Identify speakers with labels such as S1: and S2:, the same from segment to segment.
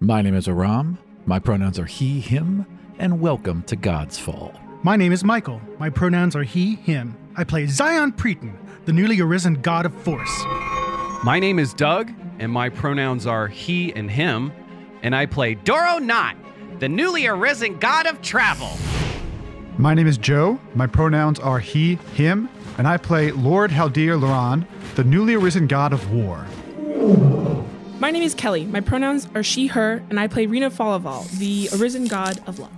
S1: My name is Aram, my pronouns are he, him, and welcome to God's Fall.
S2: My name is Michael. My pronouns are he, him. I play Zion Preeton, the newly arisen god of force.
S3: My name is Doug, and my pronouns are he and him, and I play Doro Knot, the newly arisen god of travel.
S4: My name is Joe. My pronouns are he, him, and I play Lord Haldir Loran, the newly arisen god of war.
S5: My name is Kelly. My pronouns are she, her, and I play Rena Falaval, the arisen god of luck.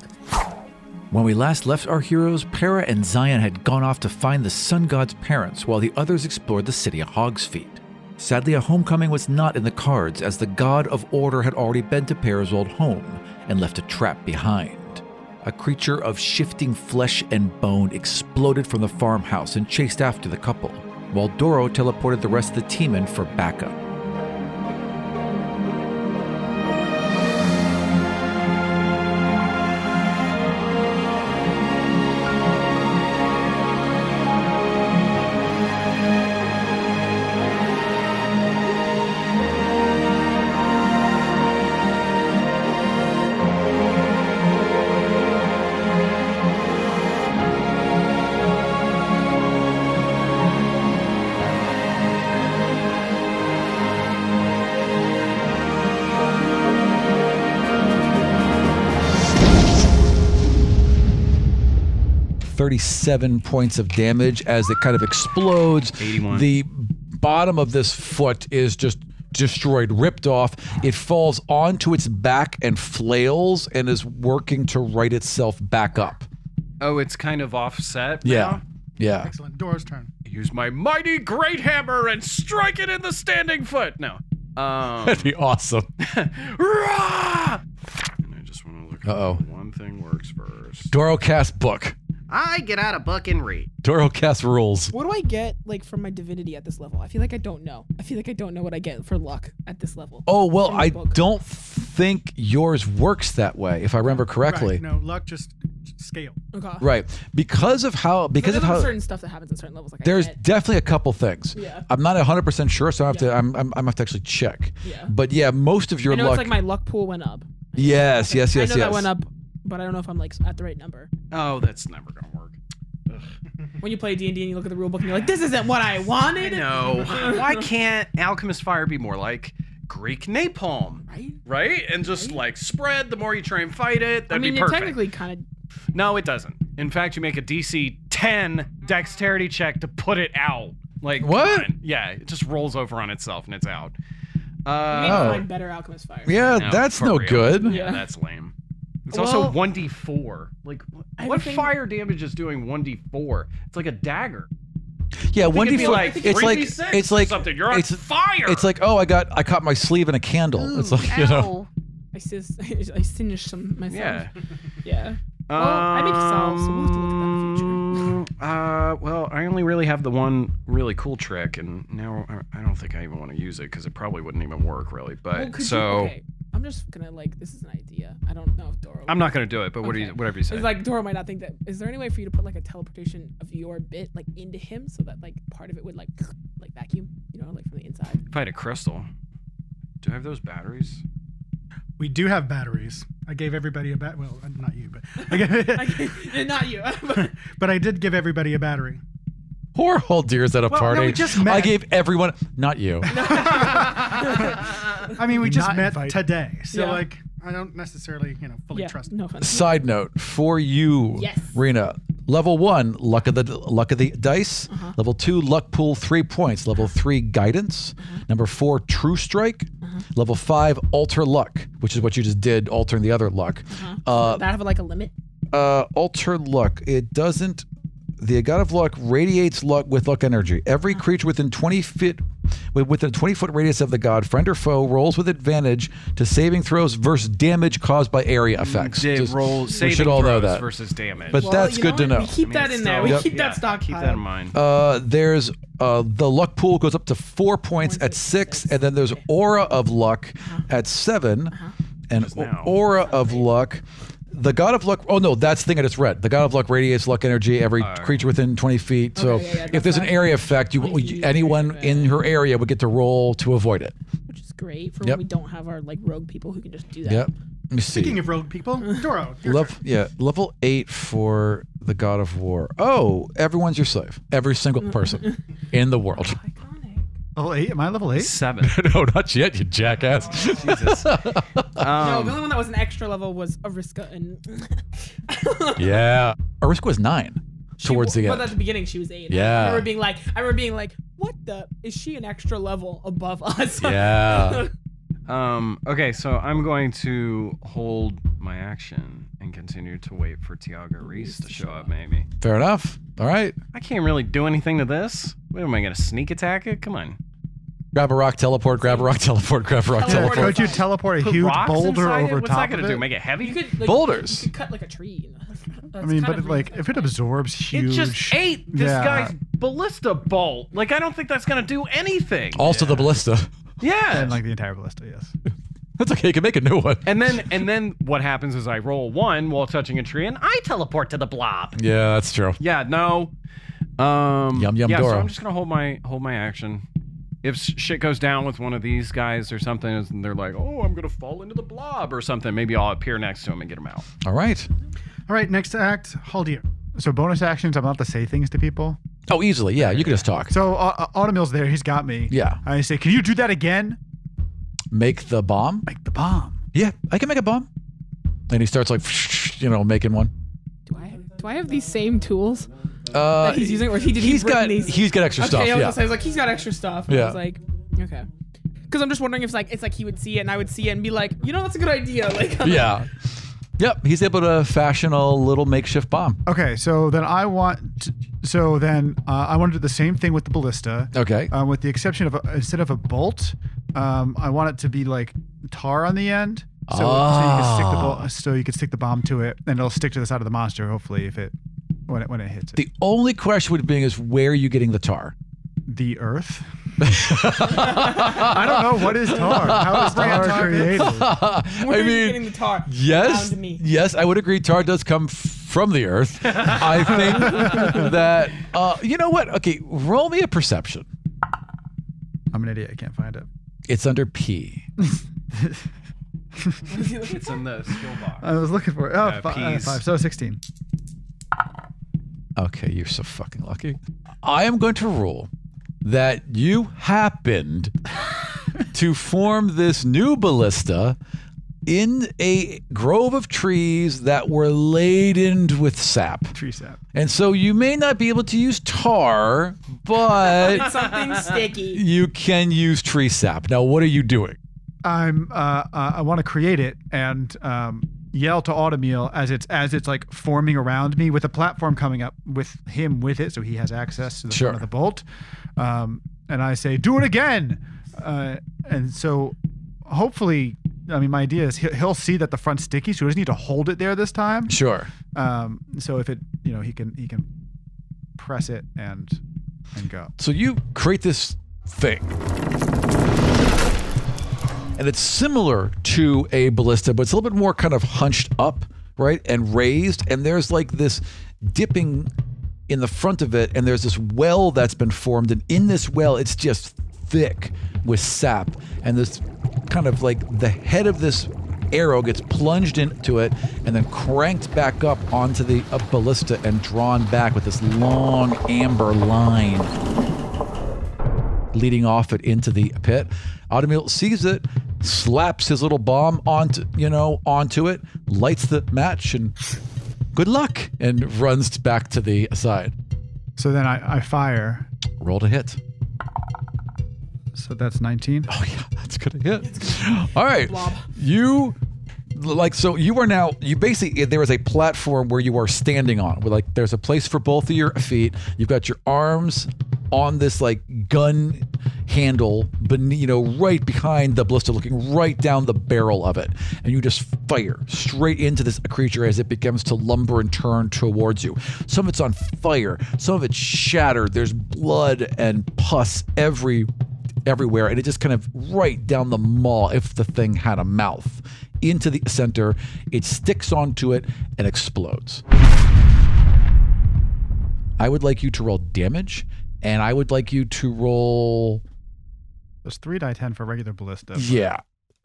S1: When we last left our heroes, Para and Zion had gone off to find the sun god's parents while the others explored the city of Hog's Feet. Sadly, a homecoming was not in the cards as the god of order had already been to Para's old home and left a trap behind. A creature of shifting flesh and bone exploded from the farmhouse and chased after the couple, while Doro teleported the rest of the team in for backup. Thirty-seven points of damage as it kind of explodes.
S3: 81.
S1: The bottom of this foot is just destroyed, ripped off. It falls onto its back and flails and is working to right itself back up.
S3: Oh, it's kind of offset.
S1: Yeah.
S3: now?
S1: Yeah.
S2: Excellent. Dora's turn.
S3: Use my mighty great hammer and strike it in the standing foot. No. Um,
S1: That'd be awesome.
S3: rah! And I just want to look
S1: Uh-oh.
S3: up one thing works first.
S1: Doro cast book.
S3: I get out a book and read.
S1: Doro cast rules.
S5: What do I get like from my divinity at this level? I feel like I don't know. I feel like I don't know what I get for luck at this level.
S1: Oh well,
S5: From the
S1: I
S5: book.
S1: don't think yours works that way, if I remember correctly.
S2: Right, no, luck just just scale.
S5: Okay.
S1: Right. Because of how because
S5: Because
S1: of how
S5: certain stuff that happens at certain levels. Like I
S1: there's
S5: get-
S1: definitely a couple things.
S5: Yeah.
S1: I'm not 100% sure, so I have to I'm, I'm I'm have to actually check.
S5: Yeah.
S1: But yeah, most of your
S5: I know
S1: luck
S5: it's like my luck pool went up.
S1: Yes, yes, yes,
S5: I know
S1: yes.
S5: that went up, but I don't know if I'm like at the right number.
S3: Oh, that's never going to work.
S5: When you play D and D and you look at the rule book and you're like, this isn't what I wanted.
S3: No. Why can't Alchemist Fire be more like Greek napalm?
S5: Right?
S3: Right? And just like spread, the more you try and fight it, that'd
S5: I mean,
S3: be
S5: it
S3: perfect.
S5: technically kind of
S3: No, it doesn't. In fact, you make a DC 10 dexterity check to put it out. Like come
S1: What?
S3: on. Yeah, it just rolls over on itself and it's out.
S5: made
S3: Uh,
S1: Oh.
S5: find better alchemist fire.
S1: yeah,
S3: No,
S1: that's
S3: for
S1: no
S3: real.
S1: good.
S3: yeah,
S5: Yeah.
S3: that's lame. It's
S5: Well-
S3: also 1d4. Like, wh- what
S5: Everything-
S3: fire damage is doing 1d4? It's like a dagger.
S1: Yeah, one
S3: it'd
S1: d
S3: be
S1: four.
S3: like
S1: it's like
S3: 3d6
S1: it's
S3: or
S1: like
S3: something. You're on
S1: it's,
S3: fire.
S1: It's like oh, I got I caught my sleeve in a candle. it's like you know.
S5: I sis, I singed some myself.
S3: Yeah.
S5: Yeah. Well, I make salves, so we'll have to look at that in the future.
S3: Um, Uh, well, I only really have the one really cool trick, and now I, I don't think I even want to use it because it probably wouldn't even work really. But
S5: Well, Oh, could you-
S3: so
S5: okay. I'm just gonna like this is an idea. I don't know if Dora.
S3: I'm not gonna do it. But what do
S5: Okay.
S3: you, whatever you say.
S5: It's like Dora might not think that. Is there any way for you to put like a teleportation of your bit like into him so that like part of it would like like vacuum, you know, like from the inside?
S3: if I had a crystal, do I have those batteries?
S2: We do have batteries. I gave everybody a bat. Well, uh, not you, but I
S5: I
S2: gave,
S5: can't- not you.
S2: but I did give everybody a battery.
S1: Poor old deer's at a
S2: Well, no,
S1: party.
S2: we just
S1: I
S2: met.
S1: gave everyone, not you.
S2: I mean, we just
S4: Not
S2: met
S4: invited.
S2: today, so
S5: Yeah.
S2: like, I don't necessarily, you know, fully
S5: yeah.
S2: trust.
S5: No offense.
S1: Side note for you,
S5: Yes.
S1: Rena. Level one, luck of the luck of the dice. Level two, luck pool three points. Level three, guidance. Number four, true strike. Level five, alter luck, which is what you just did, altering the other luck. Uh,
S5: that have like a limit.
S1: uh, alter luck. It doesn't. The god of luck radiates luck with luck energy. Every creature within 20 feet, with- within a 20 foot radius of the god, friend or foe, rolls with advantage to saving throws versus damage caused by area effects. Just- we should all know that.
S3: versus damage.
S1: But that's good to know.
S5: We keep that in there. We
S1: Yep.
S5: keep that stock.
S3: Keep that in mind.
S1: Uh, there's uh, the luck pool goes up to four points at six, and then there's aura of luck at 7 and
S3: Just now.
S1: aura of luck. The god of luck. Oh no, that's the thing I just read. The god of luck radiates luck energy every creature within 20 feet. So
S5: yeah, yeah,
S1: if
S5: that's
S1: there's an
S5: that.
S1: area effect, you,
S5: Please use
S1: anyone in her area would get to roll to avoid it.
S5: Which is great for
S6: Yep.
S5: when we don't have our like rogue people who can just do that.
S1: Yep. Let me see.
S2: Speaking of rogue people, Doro, your
S1: Level,
S2: turn.
S1: yeah, level eight for the God of War. Oh, everyone's your slave. Every single person in the world.
S5: Iconic.
S4: Level eight? Am I level eight?
S3: Seven.
S1: no, not yet, you jackass.
S3: Jesus.
S5: No,
S3: Um,
S5: the only one that was an extra level was Ariska and
S1: yeah. Ariska was nine
S5: She
S1: towards
S5: wa-
S1: the
S5: But at
S1: end.
S5: the beginning, she was eight.
S1: Yeah.
S5: I remember being like, I remember being like, what the? Is she an extra level above us?
S1: Yeah.
S3: um, okay, so I'm going to hold my action and continue to wait for Tiago Reese to show up, maybe.
S1: Fair enough. All right.
S3: I can't really do anything to this. What am I going to sneak attack it? Come on.
S1: Grab a rock, teleport, grab a rock, teleport, grab a rock,
S5: Teleport.
S1: teleport.
S4: Could you teleport a
S3: Put
S4: huge
S3: rocks
S4: boulder
S3: inside it?
S4: over
S3: What's
S4: top
S3: that gonna
S4: of
S3: do?
S4: it?
S3: Make it heavy?
S5: you could like,
S1: Boulders.
S5: You could cut like a tree. You know? That's
S4: I mean,
S5: kind
S4: but
S5: of
S4: it, like, if it absorbs
S3: It
S4: huge,
S3: just ate this
S4: Yeah.
S3: guy's ballista bolt. Like, I don't think that's going to do anything.
S1: Also, the ballista.
S3: yeah.
S4: and like the entire ballista, yes.
S1: That's okay. You can make a new one.
S3: And then and then what happens is I roll one while touching a tree and I teleport to the blob.
S1: yeah, that's true.
S3: Yeah, no. Um
S1: Yum, yum,
S3: yeah, so
S1: Doro.
S3: I'm just gonna hold my hold my action. If s- shit goes down with one of these guys or something, and they're like, "Oh, I'm gonna fall into the blob" or something, maybe I'll appear next to him and get him out.
S1: All right.
S2: All right, next act, Haldir.
S4: So bonus actions, I'm allowed to say things to people.
S1: Oh, easily. Yeah, you can just talk.
S4: So uh, uh, Automil's there. He's got me.
S1: Yeah.
S4: I say, can you do that again?
S1: Make the bomb.
S4: Like the bomb.
S1: Yeah, I can make a bomb. And he starts like, you know, making one.
S5: Do I, have, do I have these same tools
S1: Uh,
S5: that he's using, or he did
S1: he's
S5: he bring
S1: got
S5: these?
S1: he's got extra
S5: okay,
S1: stuff.
S5: I was,
S1: Yeah.
S5: gonna say, I was like, he's got extra stuff. And
S1: Yeah.
S5: I was like, okay. Because I'm just wondering if it's like it's like he would see it and I would see it and be like, you know, that's a good idea. Like,
S1: yeah. Yep, he's able to fashion a little makeshift bomb.
S4: Okay. So then I want. To, so then uh, I want to do the same thing with the ballista.
S1: Okay.
S5: Uh,
S4: Um, with the exception of a, instead of a bolt, um, I want it to be like tar on the end. So, so you can stick the
S1: Ah.
S4: bol- so you can stick the bomb to it, and it'll stick to the side of the monster. Hopefully, if it when it when it hits it.
S1: the only question would be is where are you getting the tar?
S4: the earth. I don't know what is tar. How is tar created?
S5: where
S1: I
S5: are you
S1: mean,
S5: getting the tar?
S1: yes,
S5: Found me.
S1: yes, I would agree. Tar does come f- from the earth. I think that uh, you know what? Okay, roll me a perception.
S4: I'm an idiot. I can't find it.
S1: It's under P.
S3: It's in the skill box.
S4: I was looking for it. Oh,
S3: Uh,
S4: fi- uh,
S3: peas.
S4: five. So 16.
S1: Okay, you're so fucking lucky. I am going to rule that you happened to form this new ballista in a grove of trees that were laden with sap.
S4: Tree sap.
S1: And so you may not be able to use tar, but
S5: Something sticky.
S1: you can use tree sap. Now, what are you doing?
S4: I'm. Uh, uh, I want to create it and um, yell to Automil as it's as it's like forming around me with a platform coming up with him with it, so he has access to the
S1: Sure.
S4: front of the bolt. Um, and I say, "Do it again." Uh, and so, hopefully, I mean, my idea is he'll, he'll see that the front's sticky, so he doesn't need to hold it there this time.
S1: Sure.
S4: Um, so if it, you know, he can he can press it and and go.
S1: So you create this thing. And it's similar to a ballista, but it's a little bit more kind of hunched up, right? And raised. And there's like this dipping in the front of it. And there's this well that's been formed. And in this well, it's just thick with sap. And this kind of like the head of this arrow gets plunged into it and then cranked back up onto the uh, ballista and drawn back with this long amber line leading off it into the pit. Automil sees it, slaps his little bomb onto you know onto it, lights the match, and good luck, and runs back to the side.
S4: So then I, I fire.
S1: Roll to hit.
S4: So that's 19.
S1: Oh yeah, that's gonna hit. All right, you like so you are now you basically there is a platform where you are standing on where like there's a place for both of your feet you've got your arms on this like gun handle but you know right behind the blister looking right down the barrel of it and you just fire straight into this creature as it begins to lumber and turn towards you some of it's on fire some of it's shattered there's blood and pus every everywhere and it just kind of right down the maw if the thing had a mouth into the center it sticks onto it and explodes i would like you to roll damage and i would like you to roll
S4: There's three die ten for regular ballista.
S1: Yeah.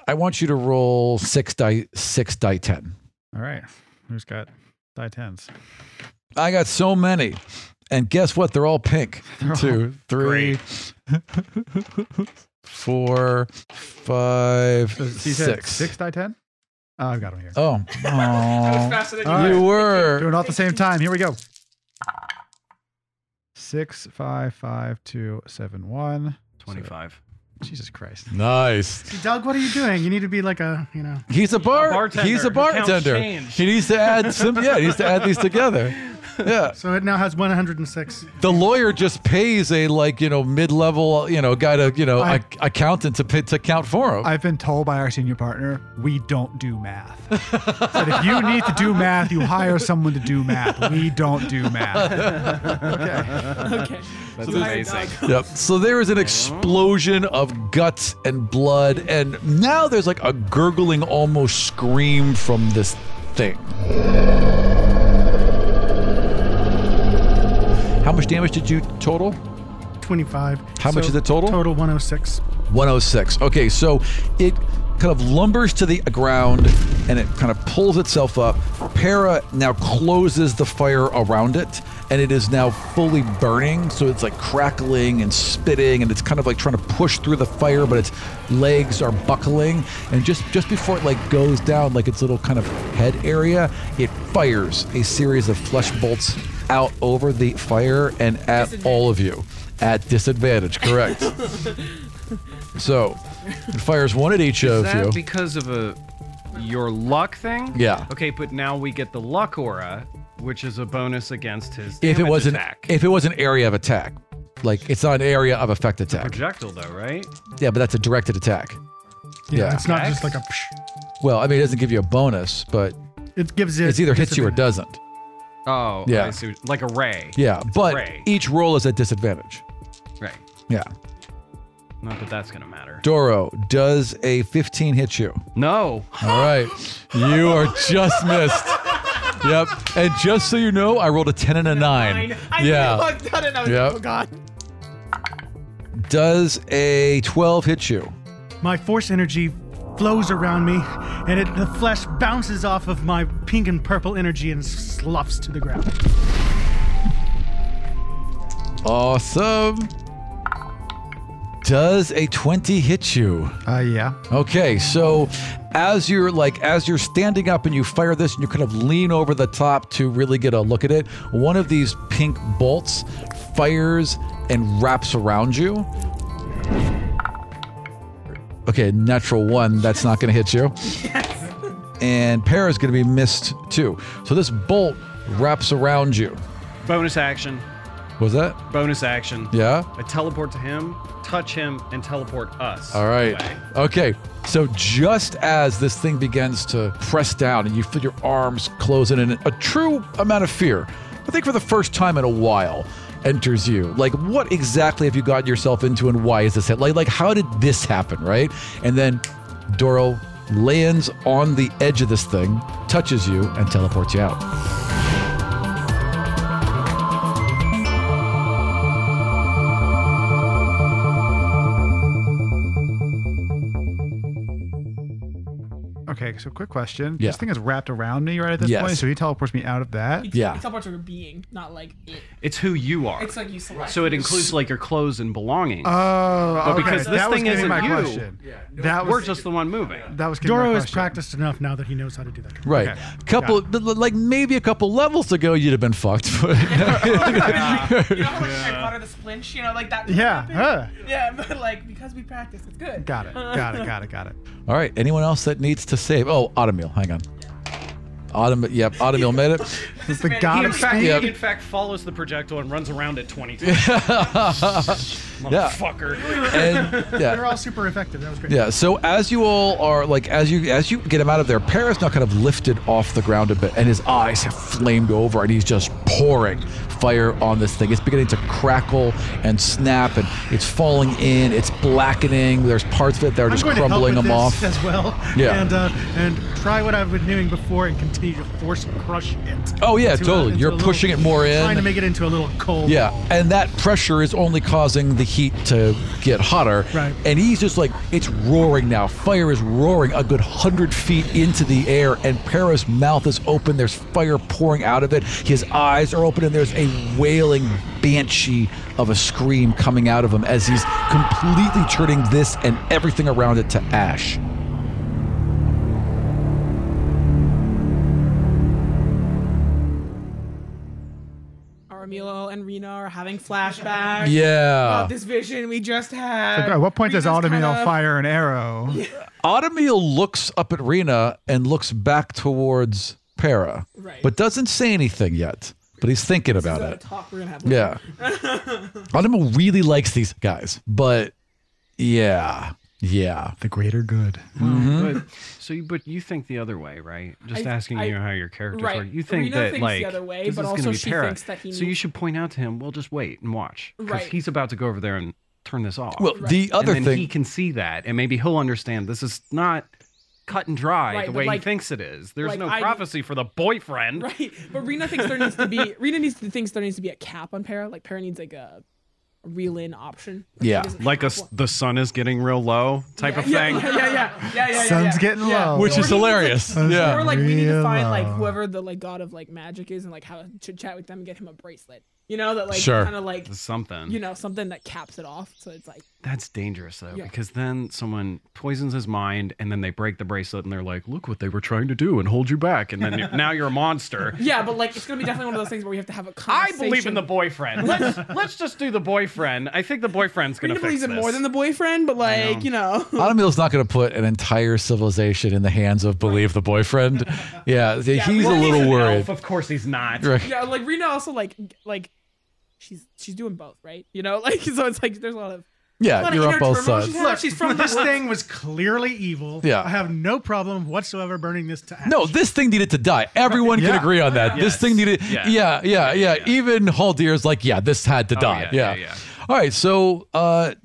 S1: I want you to roll six die six die ten.
S4: All right. Who's got die tens?
S1: I got so many. And guess what? They're all pink. Two, three, four, five,
S4: So he said
S1: six.
S4: six die ten. Oh, I've got them here.
S1: Oh, aw.
S5: faster than
S4: All
S1: you
S4: right.
S1: were.
S4: Doing it all at the same time. Here we go. Six, five, five, two, seven, one. So-
S3: 25.
S4: Jesus Christ.
S1: Nice.
S2: See, Doug, what are you doing? You need to be like a, you know.
S1: He's a bar.
S3: A bartender
S1: He's a
S3: who counts
S1: bartender.
S3: change.
S1: He needs to add some. Yeah, he needs to add these together. Yeah,
S2: So it now has 106.
S1: the lawyer just pays a like you know mid-level you know guy to you know
S4: I-
S1: ac- accountant to pay, to count for him.
S4: I've been told by our senior partner, we don't do math. But if you need to do math, you hire someone to do math. We don't do math.
S5: Okay.
S3: That's
S5: Tired
S3: amazing.
S5: dog.
S1: Yep. So there is an explosion of guts and blood, and now there's like a gurgling, almost scream from this thing. How much damage did you total?
S2: 25.
S1: How much is the total?
S2: Total 106.
S1: 106. Okay, so it kind of lumbers to the ground and it kind of pulls itself up. Para now closes the fire around it and it is now fully burning. So it's like crackling and spitting and it's kind of like trying to push through the fire, but its legs are buckling. And just, just before it like goes down, like its little kind of head area, it fires a series of flesh bolts out over the fire and at all of you. At disadvantage, correct. So it fires one at each
S3: Is
S1: of
S3: that
S1: you.
S3: because of a your luck thing?
S1: Yeah.
S3: Okay, but now we get the luck aura, which is a bonus against his
S1: if it
S3: damage
S1: was an
S3: attack.
S1: if it was an area of attack, like it's not an area of effect attack.
S3: projectile though, right?
S1: Yeah, but that's a directed attack. Yeah.
S2: It's not just like a. Psh.
S1: Well, I mean, it doesn't give you a bonus, but
S2: It gives it.
S1: it's either hits you or
S2: disadvantage.
S1: doesn't.
S3: Oh,
S1: Yeah.
S3: I see what- Like a ray.
S1: Yeah, but
S3: ray.
S1: each roll is at disadvantage.
S3: Right.
S1: Yeah.
S3: Not that that's gonna matter.
S1: Doro, does a 15 hit you?
S3: No.
S1: All right. You are just missed. Yep. And just so you know, I rolled a 10 and a 9.
S5: I
S1: yeah.
S5: knew I'd done it. I was
S1: Yep.
S5: like, oh god.
S1: Does a 12 hit you?
S2: My force energy flows around me, and it, the flesh bounces off of my pink and purple energy and sloughs to the ground.
S1: Awesome. Does a 20 hit you?
S4: Uh, yeah.
S1: Okay, so as you're like as you're standing up and you fire this and you kind of lean over the top to really get a look at it, one of these pink bolts fires and wraps around you. Okay, natural one, that's not gonna hit you. And Para's gonna be missed too. So this bolt wraps around you.
S3: Bonus action.
S1: Was that?
S3: Bonus action.
S1: Yeah?
S3: I teleport to him, touch him, and teleport us.
S1: All right.
S3: away.
S1: Okay. So just as this thing begins to press down and you feel your arms close in and a true amount of fear, I think for the first time in a while, enters you. Like, what exactly have you gotten yourself into and why is this? hap- Like, like how did this happen, right? And then Doro lands on the edge of this thing, touches you, and teleports you out.
S4: Okay, so quick question.
S1: Yeah.
S4: This thing is wrapped around me right at this
S1: Yes.
S4: point, so he teleports me out of that.
S1: Yeah.
S5: It's all part of your being, not like it.
S3: It's who you are.
S5: It's like Uh, you select.
S3: so it includes like your clothes and belongings.
S4: Oh, okay.
S3: because this
S4: that was
S3: thing
S4: gonna be
S3: isn't
S4: my
S3: you.
S4: question. that was
S3: We're just the one moving.
S4: that was gonna be my
S2: Doro is
S4: question.
S2: practiced enough now that he knows how to do that.
S1: Right.
S4: Okay.
S1: Couple, like maybe a couple levels ago, you'd have been fucked.
S5: you know how like Harry Potter the splinch, you know, like that.
S4: Yeah,
S5: happened?
S4: huh.
S5: Yeah, but like because we practice, it's good.
S4: Got it. Got it. Got it. Got it.
S1: All right. Anyone else that needs to save? Oh, Automil. Hang on. Automil. Yep. Automil made it.
S4: It's the
S5: man-
S4: god
S3: He, in
S4: of
S3: fact, he,
S1: Yep.
S3: in fact, follows the projectile and runs around it 20 times. Motherfucker.
S1: And
S2: They're
S1: yeah.
S2: all super effective. That was great.
S1: Yeah. So as you all are like, as you as you get him out of there, Paris now kind of lifted off the ground a bit, and his eyes have flamed over, and he's just pouring fire on this thing. It's beginning to crackle and snap, and it's falling in. It's blackening. There's parts of it that are
S2: I'm
S1: just
S2: going to help
S1: crumbling
S2: with
S1: them off.
S2: this as well.
S1: Yeah.
S2: And uh, and try what I've been doing before and continue to force crush it.
S1: Oh yeah,
S2: into a-
S1: totally.
S2: into
S1: You're
S2: a little-
S1: pushing it more in.
S2: Trying to make it into a little cold.
S1: Yeah, and that pressure is only causing the heat to get hotter.
S2: Right.
S1: And he's just like, it's roaring now. Fire is roaring a good hundred feet into the air, and Para's mouth is open. There's fire pouring out of it. His eyes are open, and there's a wailing banshee of a scream coming out of him as he's completely turning this and everything around it to ash.
S5: Armilo and Rena are having flashbacks.
S1: Yeah.
S5: About this vision we just had.
S4: At what point does
S5: Rena's
S4: Automil
S5: kind of-
S4: fire an arrow?
S1: Automil looks up at Rena and looks back towards Para,
S5: Right.
S1: but doesn't say anything yet. But he's thinking
S5: This
S1: about
S5: is a
S1: it.
S5: talk we're gonna have.
S1: Yeah. Automil really likes these guys, but yeah, yeah.
S4: The greater good.
S1: Mm-hmm.
S3: But, so, you, but you think the other way, right? Just
S5: I-
S3: asking
S5: I-
S3: you how your characters
S5: right.
S3: are. You think
S5: Rena
S3: that
S5: thinks the
S3: like
S5: other way,
S3: this
S5: but
S3: is
S5: also
S3: gonna be
S5: she
S3: para.
S5: thinks that he
S3: so
S5: needs-
S3: you should point out to him. Well, just wait and watch because
S5: Right.
S3: he's about to go over there and turn this off.
S1: Well, the other
S3: and then
S1: thing,
S3: he can see that, and maybe he'll understand. This is not cut and dry
S5: Right,
S3: the
S5: but
S3: way
S5: like-
S3: he thinks it is. There's
S5: like,
S3: no
S5: I-
S3: prophecy for the boyfriend.
S5: Right. But Rena thinks there needs to be Rena needs to thinks there needs to be a cap on Para. Like Para needs like a reel in option. Like, she
S1: Yeah.
S5: doesn't
S3: Like a
S5: have
S3: s-
S5: one.
S3: the sun is getting real low type of
S5: yeah,
S3: thing.
S5: Yeah, yeah, yeah, yeah, yeah. yeah,
S4: Sun's
S5: yeah.
S4: getting low.
S1: which
S5: Or
S1: is
S5: he needs, like,
S1: hilarious.
S5: Or
S1: Yeah.
S5: like we need to
S4: Real
S5: find
S4: low.
S5: like whoever the like god of like magic is and like how to chat with them and get him a bracelet. You know that like
S1: Sure.
S5: kind of like
S3: Something.
S5: you know something that caps it off. So it's like
S3: That's dangerous though,
S5: Yeah.
S3: because then someone poisons his mind, and then they break the bracelet, and they're like, "Look what they were trying to do, and hold you back." And then you're, now you're a monster.
S5: yeah, but like it's gonna be definitely one of those things where we have to have a
S3: I
S5: conversation.
S3: believe in the boyfriend. Let's let's just do the boyfriend. I think the boyfriend's gonna
S5: Rena
S3: fix
S5: believes in
S3: this.
S5: more than the boyfriend, but like you know.
S1: Automil's not going to put an entire civilization in the hands of believe the boyfriend. Yeah, he's a
S5: well, he's
S1: little
S3: An
S1: worried.
S3: elf, of course he's not.
S1: Right.
S5: yeah, like Rena also like like she's she's doing both, right? You know, like so it's like there's a lot of a
S1: Yeah,
S5: lot
S1: you're
S5: of
S1: on
S5: inner
S1: both
S5: turmoil.
S1: sides.
S5: She's, look, she's from
S2: This
S5: the
S2: thing was clearly evil.
S1: Yeah.
S2: I have no problem whatsoever burning this to ash.
S1: No, this thing needed to die. Everyone can
S4: Yeah.
S1: agree on that. This
S3: Yes.
S1: thing needed. Yeah,
S3: Yeah.
S1: yeah, yeah. Even Haldir's like, yeah, this had to die. Yeah.
S3: yeah, yeah, yeah.
S1: All right. So, uh,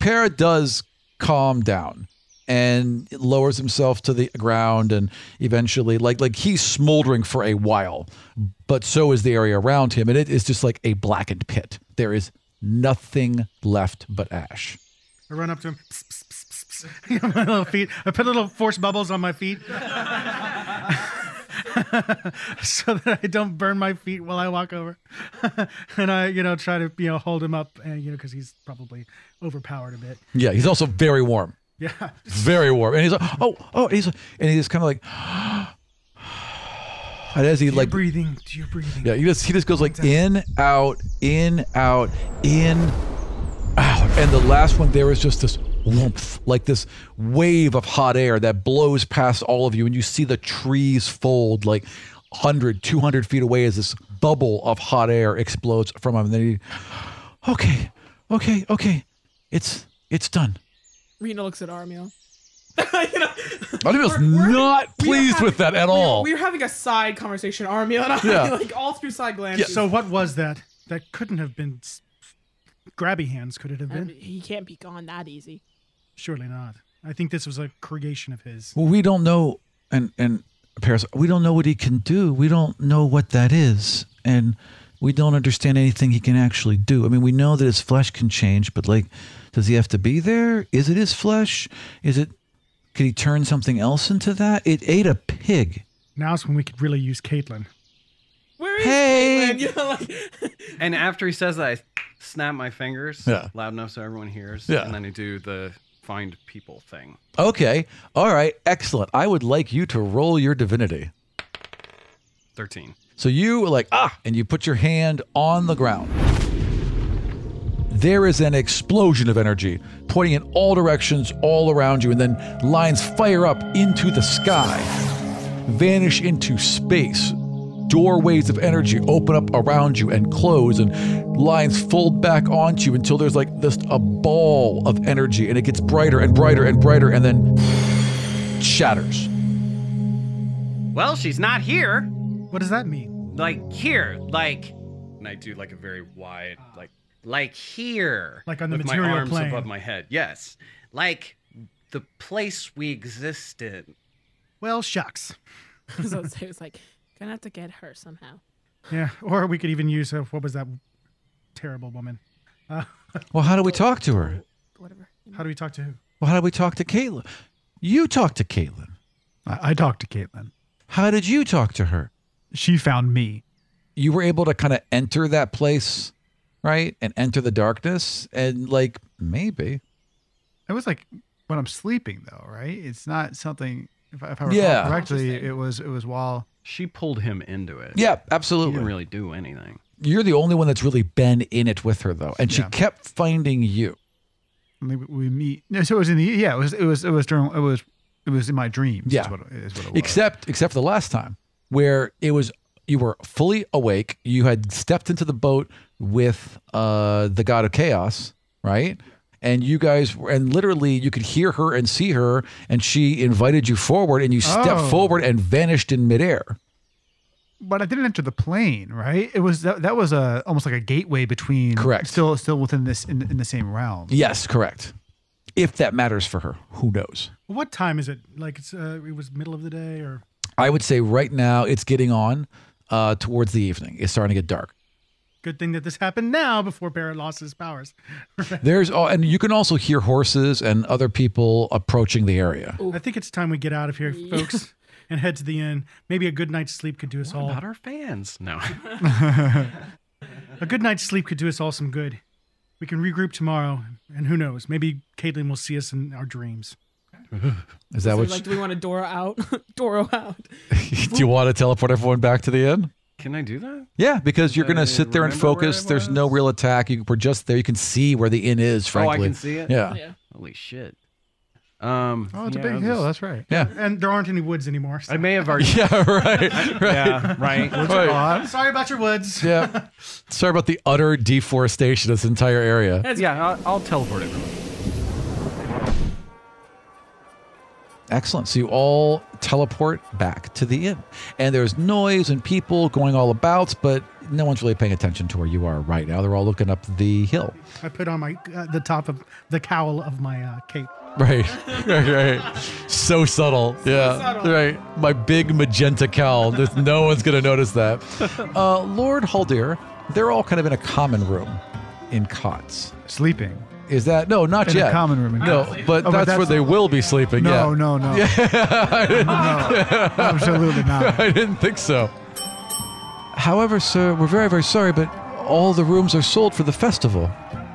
S1: Para does calm down and lowers himself to the ground, and eventually, like, like he's smoldering for a while, but so is the area around him, and it is just like a blackened pit. There is nothing left but ash.
S2: I run up to him. Pss, pss, pss, pss, pss. You know, my little feet. I put little force bubbles on my feet so that I don't burn my feet while I walk over. and I, you know, try to, you know, hold him up, and, you know, because he's probably overpowered a bit.
S1: Yeah, he's also very warm.
S2: Yeah.
S1: very warm. And he's like, oh, oh, and he's and he's kind of like, and as he like,
S2: You're breathing. You're breathing.
S1: yeah, he just he just goes like in, out, in, out, in, out, and the last one there is just this whoomp, like this wave of hot air that blows past all of you, and you see the trees fold like. 100 200 feet away as this bubble of hot air explodes from him and then he okay okay okay it's it's done
S5: Rena looks at Armio.
S1: Audubon's
S5: We're- we're-
S1: not
S5: we are
S1: pleased
S5: having-
S1: with that at
S5: we are-
S1: all
S5: We were having a side conversation, Armio and I,
S1: Yeah.
S5: like all through side glances.
S2: So what was that? That couldn't have been s- grabby hands, could it have
S5: I mean,
S2: been?
S5: he can't be gone that easy.
S2: Surely not. I think this was a creation of his.
S1: Well, we don't know, and and Paris, we don't know what he can do. We don't know what that is, and we don't understand anything he can actually do. I mean, we know that his flesh can change, but like, does he have to be there? Is it his flesh? Is it? Could he turn something else into that? It ate a pig.
S2: Now's when we could really use Caitlin.
S5: Where is
S1: Hey!
S5: Caitlin? You know, like
S3: And after he says that, I snap my fingers
S1: Yeah.
S3: loud enough so everyone hears.
S1: Yeah.
S3: And then I do the find people thing.
S1: Okay, all right, excellent. I would like you to roll your divinity.
S3: Thirteen.
S1: So you were like, ah, and you put your hand on the ground. There is an explosion of energy pointing in all directions, all around you, and then lines fire up into the sky, vanish into space. Doorways of energy open up around you and close, and lines fold back onto you until there's like just a ball of energy, and it gets brighter and brighter and brighter, and then shatters.
S3: Well, she's not here.
S2: What does that mean?
S3: Like here, like. And I do like a very wide, like, like here.
S2: Like on the
S3: with my
S2: material
S3: arms
S2: plane.
S3: above my head. Yes, like the place we exist in.
S2: Well, shucks.
S5: so it's, it's like Gonna have to get her somehow.
S2: Yeah, or we could even use uh, what was that terrible woman?
S1: Well, how do we talk to her?
S5: Whatever.
S2: How do we talk to who?
S1: Well, how do we talk to Caitlin? You talked to Caitlin.
S4: I, I talked to Caitlin.
S1: How did you talk to her?
S4: She found me.
S1: You were able to kind of enter that place, right? And enter the darkness, and like maybe.
S4: It was like when I'm sleeping, though, right? It's not something. If I, if I recall
S1: Yeah.
S4: correctly,
S5: Interesting.
S4: it was it was while
S3: She pulled him into it.
S1: Yeah,
S3: He didn't
S1: absolutely.
S3: really do anything.
S1: You're the only one that's really been in it with her, though, and she
S4: Yeah.
S1: kept finding you.
S4: we, we meet. No, so it was in the yeah. It was it was it was during it was it was in my dreams.
S1: Yeah.
S4: is what, is what it was.
S1: except except for the last time where it was you were fully awake you had stepped into the boat with uh the god of chaos right and you guys were and literally you could hear her and see her and she invited you forward and you stepped
S4: Oh.
S1: forward and vanished in midair
S4: but I didn't enter the plane, right? It was that, that was a almost like a gateway between
S1: Correct.
S4: Still still within this in, in the same realm.
S1: yes correct if that matters for her who knows
S2: What time is it? Like it's uh, it was middle of the day or
S1: i would say right now it's getting on uh towards the evening it's starting to get dark
S2: good thing that this happened now before Barrett lost his powers.
S1: there's al- and you can also hear horses and other people approaching the area
S2: I think it's time we get out of here, folks, and head to the inn. Maybe a good night's sleep could do us all
S3: About our fans. No.
S2: a good night's sleep could do us all some good. We can regroup tomorrow, and who knows? Maybe Caitlin will see us in our dreams.
S1: is that
S5: So,
S1: what
S5: like, do we want to Dora out? Doro out.
S1: do you want to teleport everyone back to the inn?
S3: Can I do that?
S1: Yeah, because you're going
S3: I
S1: to sit there and
S3: remember where
S1: focus.
S3: it
S1: There's no
S3: was.
S1: real attack. You, we're just there. You can see where the inn is, frankly.
S3: Oh, I can see it.
S1: Yeah.
S5: Yeah.
S3: Holy shit. Um.
S4: Oh, it's
S3: yeah,
S4: a big
S3: I'll
S4: hill.
S3: just-
S4: That's right.
S2: And there aren't any woods anymore. so-
S3: I may have already.
S1: Yeah, right. right.
S3: yeah.
S1: Right.
S3: Right.
S4: Odd.
S2: I'm sorry about your woods.
S1: Yeah. Sorry about the utter deforestation of this entire area.
S3: yeah. I'll, I'll teleport everyone.
S1: Excellent. So you all teleport back to the inn. And there's noise and people going all about, but no one's really paying attention to where you are right now. They're all looking up the hill.
S2: I put on my uh, the top of the cowl of my uh, cape.
S1: Right. right, right. So subtle. yeah. Right. My big magenta cowl. There's- no one's going to notice that. Uh, Lord Haldir, they're all kind of in a common room in cots.
S4: Sleeping.
S1: Is that no? Not
S4: In a
S1: yet.
S4: common room in
S1: No,
S4: cots.
S1: but,
S4: Oh, but
S1: that's, where
S4: that's-
S1: they will be sleeping.
S4: No,
S1: yeah.
S4: no, no. no. Absolutely not.
S1: I didn't think so. However, sir, we're very, very sorry, but all the rooms are sold for the festival.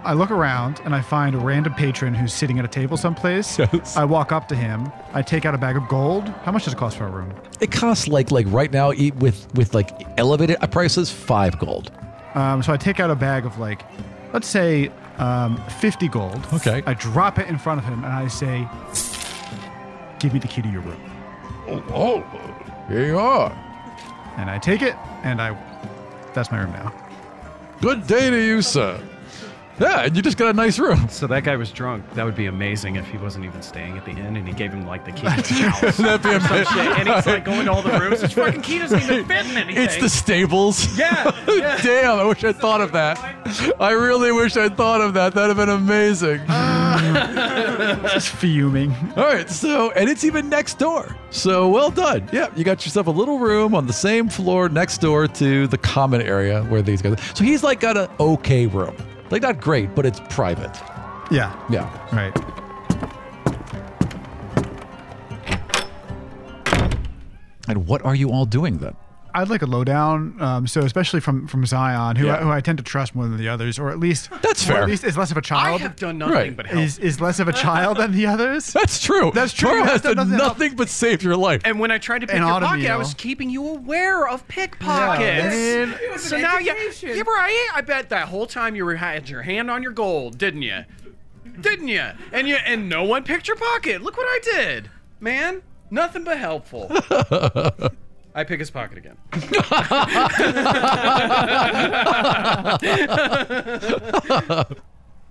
S4: I look around and I find a random patron who's sitting at a table someplace.
S1: Yes.
S4: I walk up to him. I take out a bag of gold. How much does it cost for a room?
S1: It costs like like right now eat with with like elevated prices five gold.
S4: Um, so I take out a bag of like, let's say, um, 50 gold.
S1: Okay.
S4: I drop it in front of him and I say, "Give me the key to your room."
S1: Oh, here you are.
S4: And I take it and I, that's my room now.
S1: Good day to you, sir. Yeah, and you just got a nice room.
S3: So that guy was drunk. That would be amazing if he wasn't even staying at the inn and he gave him like the key to his house.
S1: That'd be amazing.
S3: and he's like going to all the rooms. His fucking key doesn't even fit in anything.
S1: It's the stables.
S3: Yeah, yeah.
S1: Damn, I wish I thought of that. I really wish I thought of that. That'd have been amazing.
S4: Just fuming.
S1: All right, so, and it's even next door. So well done. Yeah, you got yourself a little room on the same floor next door to the common area where these guys So he's like got an okay room. Like, not great, but it's private.
S4: Yeah.
S1: Yeah.
S4: Right.
S1: And what are you all doing then?
S4: I'd like a lowdown. Um, so especially from from Zion, who,
S1: Yeah.
S4: I, who I tend to trust more than the others, or at least
S1: That's
S4: or
S1: fair.
S4: At least is less of a
S3: I
S4: child.
S3: have done nothing
S1: Right.
S3: but help.
S4: is is less of a child than the others.
S1: That's true.
S4: That's true.
S1: Toro
S4: You
S1: has
S4: have
S1: done
S4: done
S1: nothing,
S4: nothing
S1: but saved your life.
S3: and when I tried to pick
S4: An
S3: your
S4: autumn
S3: pocket, I
S4: meal.
S3: was keeping you aware of pickpockets.
S4: Yeah, man.
S3: so
S5: an
S3: now you,
S5: education.
S3: yeah, right? I bet that whole time you were, had your hand on your gold, didn't you? Didn't you? And you and no one picked your pocket. Look what I did, man. Nothing but helpful. I pick his pocket again.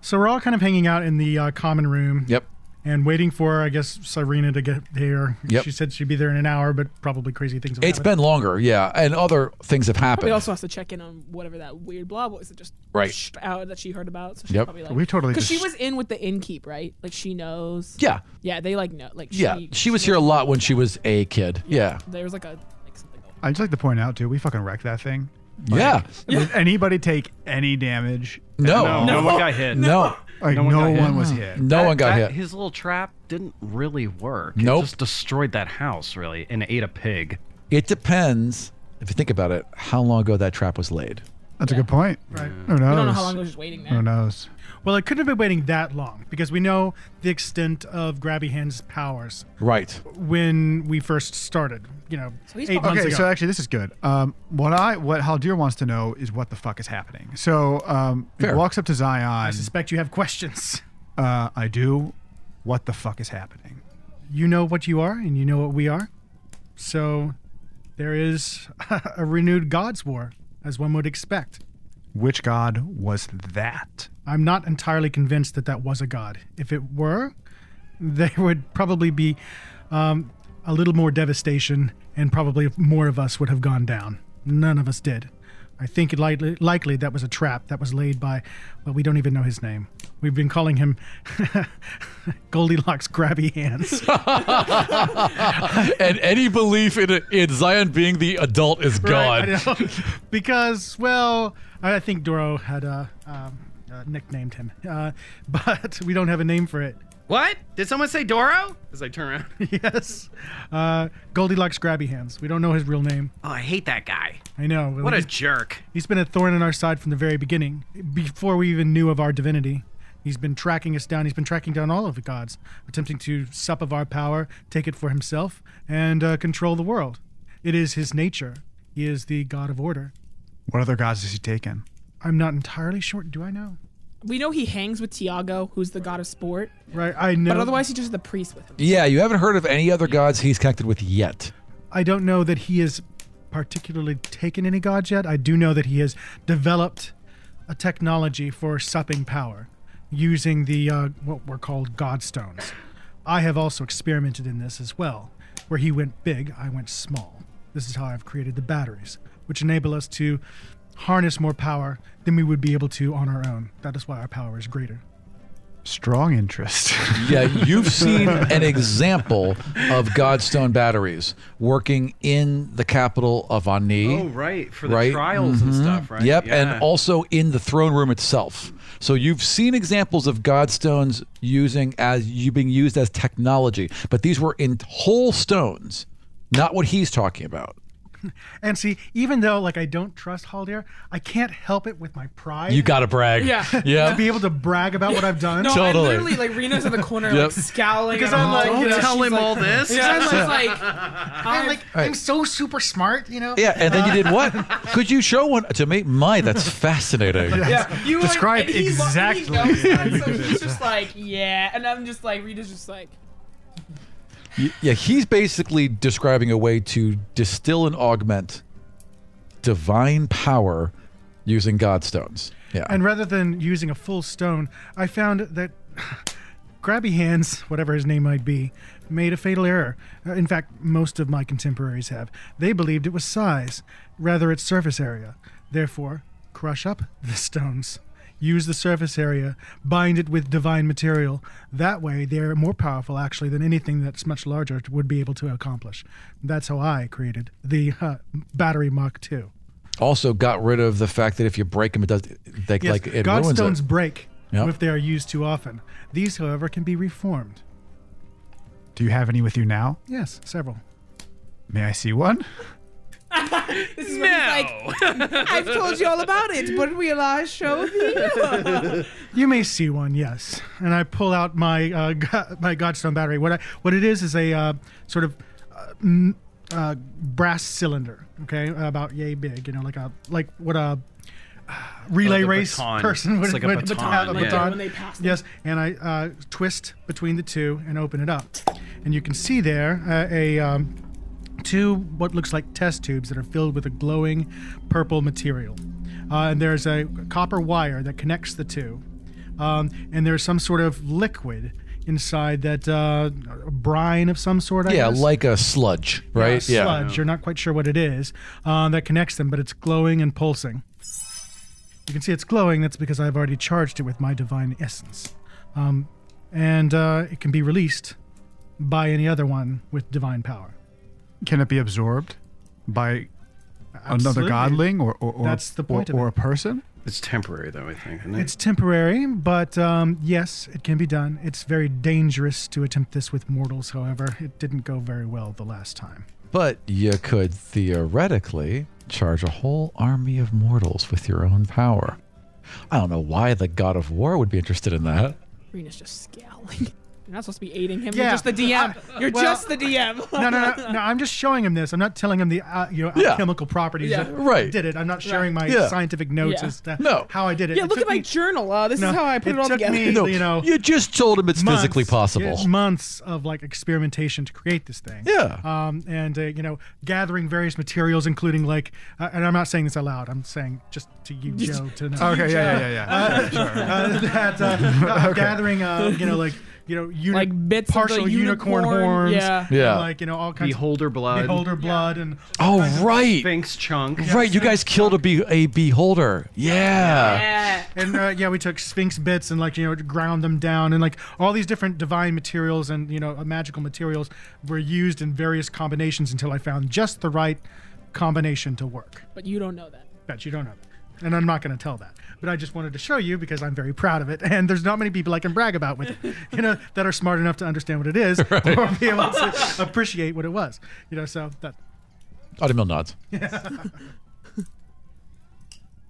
S2: So we're all kind of hanging out in the uh, common room.
S1: Yep.
S2: And waiting for, I guess, Serena to get here.
S1: Yep.
S2: She said she'd be there in an hour, but probably crazy things. will
S1: It's
S2: happen.
S1: been longer, yeah, and other things have happened.
S5: Probably also has to check in on whatever that weird blob was that just
S1: Right.
S5: psht out that she heard about. So she's
S1: Yep.
S5: probably like,
S4: We totally
S5: because she
S4: just-
S5: was in with the innkeep, right? Like she knows.
S1: yeah,
S5: Yeah, they like know. Like
S1: yeah. She was
S5: knows
S1: here a
S5: what's
S1: lot
S5: going
S1: when she was a kid. Yeah,
S5: on. There was like a like something. going on.
S4: I just like to point out too, we fucking wrecked that thing.
S1: yeah.
S4: Did anybody take any damage?
S1: No.
S7: No one got hit.
S1: No.
S4: Like no
S7: one
S4: one,
S7: got hit.
S4: was hit.
S1: No
S7: That-
S1: one got
S7: that-
S1: hit.
S7: His little trap didn't really work. It
S1: Nope.
S7: just destroyed that house, really, and ate a pig.
S1: It depends, if you think about it, how long ago that trap was laid.
S4: That's a good point. Right. Who knows?
S5: I don't know how long we're just waiting
S4: Who
S5: there.
S4: knows?
S2: Well, it couldn't have been waiting that long because we know the extent of Grabby Hand's powers
S1: Right.
S2: when we first started. You know,
S5: he's
S2: eight
S5: probably-
S2: months
S4: Okay,
S2: ago.
S4: so actually, this is good. Um, what I what Haldir wants to know is what the fuck is happening. So um, he
S1: Fair.
S4: walks up to Zion.
S2: I suspect you have questions.
S4: uh, I do. What the fuck is happening?
S2: You know what you are, and you know what we are. So, there is a renewed God's war, as one would expect.
S4: Which god was that?
S2: I'm not entirely convinced that that was a god. If it were, there would probably be um, a little more devastation, and probably more of us would have gone down. None of us did. I think it likely, likely that was a trap that was laid by, well, we don't even know his name. We've been calling him Goldilocks Grabby Hands.
S1: And any belief in, in Zion being the adult is
S2: Right,
S1: gone.
S2: I know. because, well, I I think Doro had uh, um, uh, nicknamed him, uh, but we don't have a name for it.
S3: What? Did someone say Doro? As I turn around. oh,
S2: yes. Uh, Goldilocks Grabby Hands. We don't know his real name.
S7: Oh,
S3: I hate that guy.
S2: I know.
S3: Uh, What
S1: Mm-hmm.
S3: a
S2: He's-
S3: jerk.
S2: he's been a thorn in our side from the very beginning, before we even knew of our divinity. He's been tracking us down. He's been tracking down all of the gods, attempting to sup of our power, take it for himself, and uh, control the world. It is his nature. He is the god of order.
S4: What other gods has he taken?
S2: I'm not entirely sure. Do I know?
S5: We know he hangs with Tiago, who's the god of sport,
S2: Right. I know.
S5: but otherwise he's just the priest with him.
S1: Yeah, you haven't heard of any other gods he's connected with yet.
S2: I don't know that he has particularly taken any gods yet. I do know that he has developed a technology for supping power using the uh, what were called godstones. I have also experimented in this as well. Where he went big, I went small. This is how I've created the batteries, which enable us to harness more power than we would be able to on our own. That is why our power is greater.
S4: Strong interest.
S1: Yeah, you've seen an example of Godstone batteries working in the capital of Ani.
S3: Oh, right. For the
S1: Right? Mm-hmm.
S3: trials and stuff, right?
S1: Yep,
S3: Yeah.
S1: and also in the throne room itself. So you've seen examples of godstones using as you being used as technology, but these were in whole stones, not what he's talking about.
S2: And see, even though like I don't trust Haldir, I can't help it with my pride.
S1: You gotta brag.
S5: Yeah.
S2: to be able to brag about what I've done.
S5: No,
S1: Totally.
S5: I literally like Rena's in the corner
S1: Yep.
S5: like scowling.
S2: Because
S5: at
S2: I'm
S5: all
S2: like,
S5: of
S2: you
S5: this.
S2: know,
S3: Tell
S5: She's
S3: him
S5: like-
S3: all this?
S5: Yeah, I'm just like, I'm
S2: like
S5: like,
S2: I'm so super smart, you know.
S1: Yeah, and then you did what? Could you show one to me? My, that's fascinating.
S5: yeah, you
S4: Describe
S5: and he lo- and he
S4: exactly
S5: knows that, so he's just like, yeah, and I'm just like, Rita's just like,
S1: Y- Yeah, he's basically describing a way to distill and augment divine power using godstones. Yeah.
S2: And rather than using a full stone, I found that Grabby Hands, whatever his name might be, made a fatal error. Uh, In fact, most of my contemporaries have. They believed it was size, rather its surface area. Therefore, crush up the stones. Use the surface area, bind it with divine material. That way, they're more powerful actually than anything that's much larger would be able to accomplish. That's how I created the uh, battery Mach 2.
S1: also got rid of the fact that if you break them, it does they,
S2: Yes,
S1: like it ruins
S2: Godstones
S1: it.
S2: break
S1: Yep.
S2: if they are used too often. These, however, can be reformed.
S4: do you have any with you now?
S2: Yes, several.
S4: May I see one?
S5: this is when he's like, I've told you all about it, but we are showing you.
S2: You may see one, yes. And I pull out my uh, go- my Godstone battery. What I, what it is is a uh, sort of uh, m- uh, brass cylinder. Okay, about yay big. You know, like a like what a uh, relay
S3: Like a
S2: race
S3: baton.
S2: person would
S7: It's like a
S2: would-
S7: baton,
S2: have
S7: yeah.
S2: baton.
S5: When they pass them.
S2: yes, and I uh, twist between the two and open it up, and you can see there uh, a. Um, two what looks like test tubes that are filled with a glowing purple material. Uh, and there's a copper wire that connects the two. Um, and there's some sort of liquid inside that uh, brine of some sort. I
S1: Yeah,
S2: guess?
S1: like a sludge, right?
S2: yeah, sludge. You're not quite sure what it is uh, that connects them, but it's glowing and pulsing. You can see it's glowing. That's because I've already charged it with my divine essence, um, and uh, it can be released by any other one with divine power.
S4: Can it be absorbed by
S2: Absolutely.
S4: another godling or or, or,
S2: That's the point of
S4: or, or
S2: it.
S4: a person?
S3: It's temporary, though, I think. Isn't it?
S2: It's temporary, but um, yes, it can be done. It's very dangerous to attempt this with mortals, however. It didn't go very well the last time.
S1: But you could theoretically charge a whole army of mortals with your own power. I don't know why the god of war would be interested in that.
S5: Rena's just scowling. You're not supposed to be aiding him.
S2: Yeah.
S5: You're just the DM. You're
S2: well-
S5: just the DM.
S2: No, no, no, no. I'm just showing him this. I'm not telling him the uh, you know,
S1: Yeah.
S2: chemical properties
S5: Yeah.
S2: that
S1: Right.
S2: did it. I'm not sharing my
S1: Yeah.
S2: scientific notes
S5: Yeah.
S2: as to
S1: No.
S2: how I did it.
S5: yeah,
S2: It
S5: look
S2: took
S5: at my
S2: me-
S5: journal. Uh, this
S2: No,
S5: is how I put it, all
S2: took
S5: together.
S2: me, you know,
S1: you just told him it's
S2: months,
S1: physically possible.
S2: yeah, months of like experimentation to create this thing.
S1: Yeah.
S2: Um, and uh, you know, gathering various materials, including like, uh, and I'm not saying this out loud. I'm saying just to you, Joe, to know.
S4: Okay, yeah, yeah, yeah, yeah.
S2: uh, that uh, gathering, uh, you know, like you know, uni-
S5: Like bits of
S2: partial
S5: the
S2: unicorn,
S5: unicorn,
S2: horns,
S5: yeah.
S2: and,
S1: Yeah.
S2: like you know, all kinds
S7: Beholder
S2: of
S7: blood.
S2: beholder blood and
S1: oh, right.
S7: Sphinx chunk.
S1: Right. You guys killed a, be- a beholder. Yeah.
S5: Yeah.
S2: and uh, yeah, we took sphinx bits and like you know, ground them down and like all these different divine materials and you know, uh, magical materials were used in various combinations until I found just the right combination to work.
S5: But you don't know that.
S2: Bet you don't know that. And I'm not going to tell that. But I just wanted to show you because I'm very proud of it. And there's not many people I can brag about with it, you know, that are smart enough to understand what it is or be able to appreciate what it was. You know, so that.
S1: Audemil nods.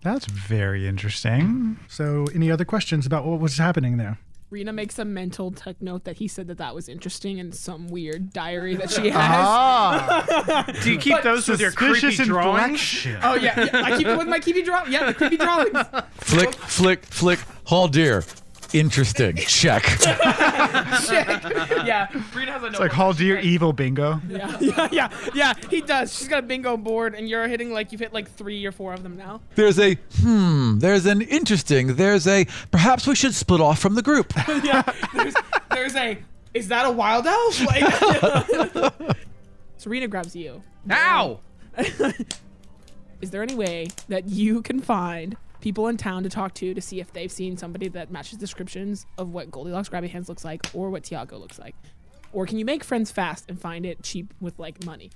S4: That's very interesting.
S2: So, any other questions about what was happening there?
S5: Rena makes a mental tech note that he said that that was interesting in some weird diary that she has.
S4: Ah,
S3: Do you keep those with your creepy drawings?
S5: Oh yeah, yeah, I keep it with my creepy draw. Yeah, the creepy drawings.
S1: Flick, flick, flick. Hall deer. Interesting. Check.
S5: Check. Yeah, Rena has a note.
S4: It's like Hall Deer Evil Bingo.
S5: Yeah, yeah, yeah, yeah. He does. She's got a bingo board, and you're hitting like you've hit like three or four of them now.
S1: There's a hmm. There's an interesting. There's a perhaps we should split off from the group.
S5: yeah, there's, there's a. Is that a wild elf? Like, Serena grabs you.
S3: Ow!
S5: Is there any way that you can find people in town to talk to to see if they've seen somebody that matches descriptions of what Goldilocks Grabby Hands looks like or what Tiago looks like? Or can you make friends fast and find it cheap with like money?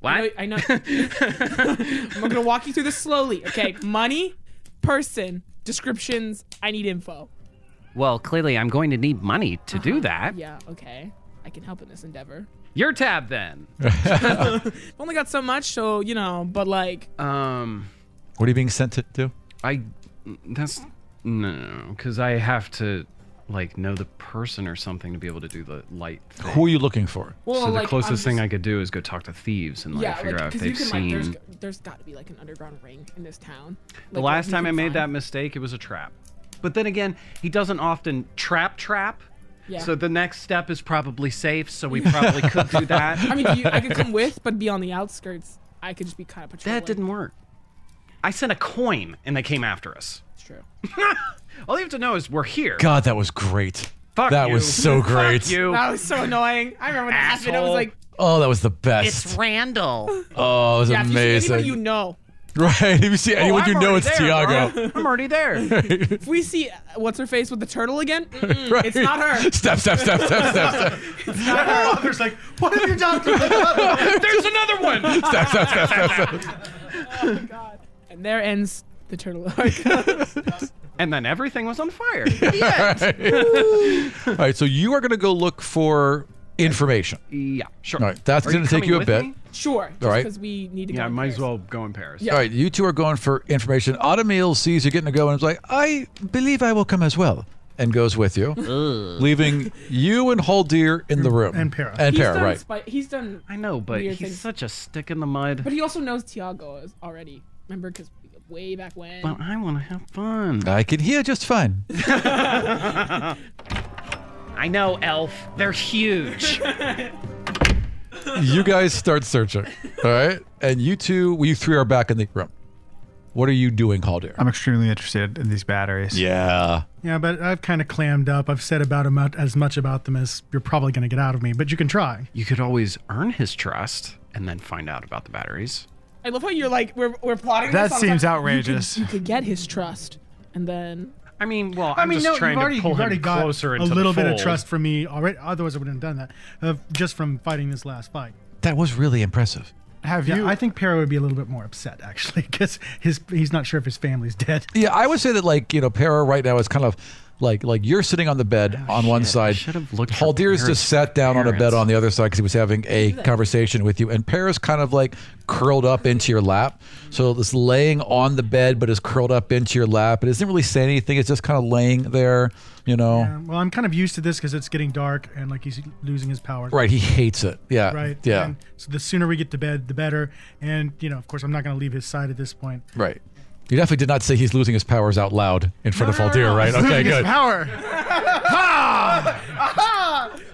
S3: What?
S5: I know. I'm gonna walk you through this slowly. Okay, money, person, descriptions. I need info.
S7: Well, clearly I'm going to need money to
S1: Uh-huh.
S7: do that.
S5: Yeah. Okay. I can help in this endeavor.
S7: Your tab then.
S5: I've only got so much, so you know. But like,
S7: Um,
S1: What are you being sent to do?
S7: I. That's no, because I have to like know the person or something to be able to do the light. Thing.
S1: Who are you looking for?
S5: well,
S7: so the
S5: like, I'm
S7: closest thing
S5: just-
S7: I could do is go talk to thieves and like
S5: yeah,
S7: figure
S5: like,
S7: out if
S5: 'cause
S7: they've
S5: you can,
S7: seen.
S5: Like, there's, there's got to be like an underground ring in this town.
S7: the last time I made that mistake, it was a trap. But then again, he doesn't often trap trap.
S5: Yeah.
S7: So the next step is probably safe. So we probably could do that.
S5: I mean, do you, I could come with, but be on the outskirts. I could just be kind of patrolling.
S7: That didn't work. I sent a coin and they came after us.
S5: It's true.
S7: All you have to know is we're here.
S1: God, that was great.
S7: Fuck
S1: that
S7: you.
S1: was so great.
S7: Fuck you.
S5: That was so annoying. I remember when that happened. I was
S7: Asshole.
S5: like,
S1: Oh, that was the best.
S7: It's Randall.
S1: oh, it was
S5: yeah, if you see
S1: amazing.
S5: anybody you Oh, know,
S1: right? If you see
S2: Oh,
S1: anyone you know, it's Tiago.
S7: I'm already there.
S5: if we see uh, what's her face with the turtle again, mm-mm, it's not her. Oh
S1: Step, step, step, step, step, step,
S2: Others like, what have you done? to them?"
S3: There's another one!
S1: step, step, step, step, step.
S5: And there ends the turtle arc.
S7: and then everything was on fire.
S1: All right, so you are going to go look for information.
S7: yeah, sure.
S1: All right, that's
S7: Are you
S1: going to take
S7: coming
S1: you a
S7: with
S1: bit.
S7: me?
S5: sure.
S1: All
S5: Just
S1: right.
S5: Because we need to.
S7: Yeah,
S5: go
S7: I might as
S5: upstairs.
S7: well go in Paris.
S5: Yeah.
S1: All right, you two are going for information. Automil sees you getting to go and is like, I believe I will come as well, and goes with you, leaving you and Haldir in the room.
S2: And Para.
S1: And
S5: He's
S1: Para,
S5: done.
S1: right.
S5: spi- he's done.
S7: I know, but
S5: Weird
S7: he's
S5: thing.
S7: such a stick in the mud.
S5: But
S7: But,
S5: he also knows Tiago is already. Remember, because way back when.
S7: I want to have fun.
S1: I can hear just fine.
S7: I know, Elf. They're huge.
S1: you guys start searching, all right? And you two, well, you three are back in the room. What are you doing, Haldir?
S4: I'm extremely interested in these batteries.
S1: Yeah.
S2: yeah, but I've kind of clammed up. I've said about him as much about them as you're probably going to get out of me, but you can try.
S7: you could always earn his trust and then find out about the batteries.
S5: I love how you're like we're we're plotting.
S4: That
S5: this on-
S4: seems
S5: you could-
S4: outrageous.
S5: You could, get his trust, and then
S7: I mean, well, I'm
S2: mean,
S7: just
S2: no,
S7: trying
S2: you've already,
S7: to pull
S2: you've
S7: him
S2: already got
S7: closer
S2: a
S7: into the
S2: little bit of
S7: fold.
S2: trust from me already. Otherwise, I wouldn't have done that. Uh, just from fighting this last fight.
S6: That was really impressive.
S4: Have
S2: Yeah,
S4: you?
S2: I think Para would be a little bit more upset actually, because his he's not sure if his family's dead.
S1: Yeah, I would say that like you know, Para right now is kind of like like you're sitting on the bed
S2: Oh,
S1: on one
S7: shit. I
S1: side.
S7: should have looked for
S1: Haldir's
S7: Para's
S1: just sat down on a bed
S7: parents.
S1: on the other side because he was having a conversation with you, and Para's kind of like curled up into your lap. So it's laying on the bed, but is curled up into your lap. It doesn't really say anything. It's just kind of laying there, you know.
S2: Um, well, I'm kind of used to this because it's getting dark and like he's losing his power.
S1: Right, he hates it. Yeah,
S2: Right.
S1: yeah,
S2: And so the sooner we get to bed, the better. And you know, of course, I'm not going to leave his side at this point.
S1: right. You definitely did not say he's losing his powers out loud in front
S2: No,
S1: of
S2: no,
S1: Haldir,
S2: no, no.
S1: right?
S2: He's
S1: Okay,
S2: losing his
S1: good.
S2: Power.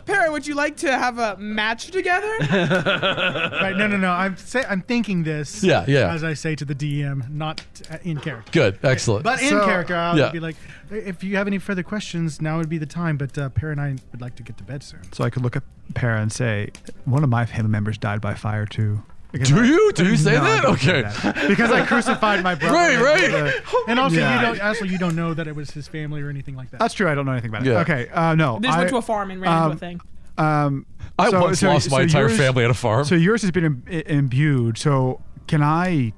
S5: Para, would you like to have a match together?
S2: Right. No, no, no. I'm say, I'm thinking this.
S1: Yeah, yeah.
S2: As I say to the DM, not uh, in character.
S1: Good, excellent.
S2: But in
S4: So-
S2: character, I
S1: Yeah.
S2: would be like, if you have any further questions, now would be the time. But uh, Per and I would like to get to bed soon.
S4: so I could look at Para and say, one of my family members died by fire too. Because
S1: Do
S4: I-
S1: you? Do you say
S4: No, I
S1: that?
S4: don't say
S1: Okay.
S4: that. Because I crucified my brother.
S1: Right, right.
S2: And also,
S4: Yeah.
S2: you don't. Also, you don't know that it was his family or anything like that.
S4: uh, That's true. I don't know anything about it.
S1: Yeah.
S4: Okay. Uh, no.
S5: They just
S4: I,
S5: went to a farm and ran into
S4: um,
S5: a thing.
S4: Um,
S1: I
S4: so-
S1: once
S4: so-
S1: lost my
S4: so
S1: entire
S4: yours-
S1: family at a farm.
S4: So yours has been Im- i- imbued. So can I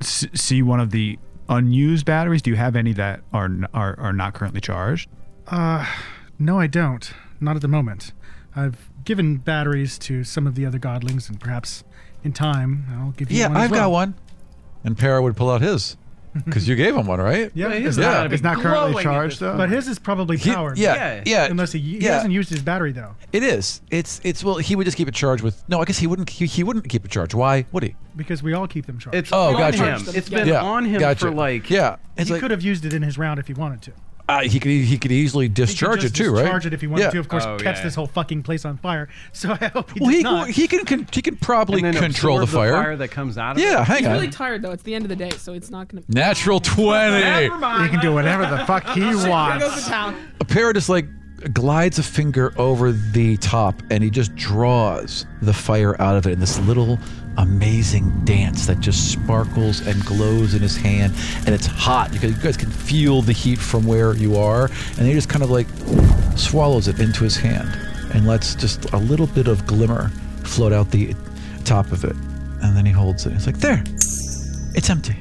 S4: s- see one of the unused batteries? Do you have any that are n- are, are not currently charged?
S2: No, I don't. Not at the moment. I've given batteries to some of the other godlings, and perhaps in time I'll give you
S1: yeah,
S2: one. as
S1: I've
S2: well.
S1: got one. And Para would pull out his because you gave him one, right?
S2: Yeah,
S7: He's
S2: his,
S1: Yeah.
S7: gotta be
S4: It's not currently
S7: glowing at
S4: charged
S7: this
S4: though.
S2: but his is probably
S1: He-
S2: powered.
S1: yeah,
S7: Yeah.
S1: yeah.
S2: Unless he, he
S1: yeah.
S2: hasn't used his battery though,
S1: It is. It's. It's. Well, he would just keep it charged with. No, I guess he wouldn't. He, he wouldn't keep it charged. Why would he?
S2: because we all keep them charged.
S7: It's
S1: Oh,
S7: on
S1: gotcha.
S7: him. It's been
S1: yeah,
S7: on him
S1: gotcha.
S7: for like
S1: Yeah, it's
S2: he
S1: like
S2: could have used it in his round if he wanted to.
S1: uh, he could. He could easily
S2: He could
S1: discharge
S2: just
S1: it too, right?
S2: Charge it if he wanted
S1: yeah.
S2: to. Of course,
S7: Oh,
S2: catch
S7: yeah.
S2: this whole fucking place on fire. So I hope he
S1: Well,
S2: does
S1: he,
S2: not.
S1: he can. con- He can probably
S7: and then
S1: control the
S7: absorb
S1: fire.
S7: that comes out of
S1: yeah,
S7: it.
S1: hang
S5: He's
S1: on.
S5: really tired though. It's the end of the day, so it's not gonna.
S1: Natural twenty.
S4: he can do whatever the fuck he
S5: Here
S4: wants.
S5: goes the town.
S1: A pair just like glides a finger over the top and he just draws the fire out of it in this little amazing dance that just sparkles and glows in his hand and it's hot you, can, you guys can feel the heat from where you are and he just kind of like swallows it into his hand and lets just a little bit of glimmer float out the top of it and then he holds it it's like there it's empty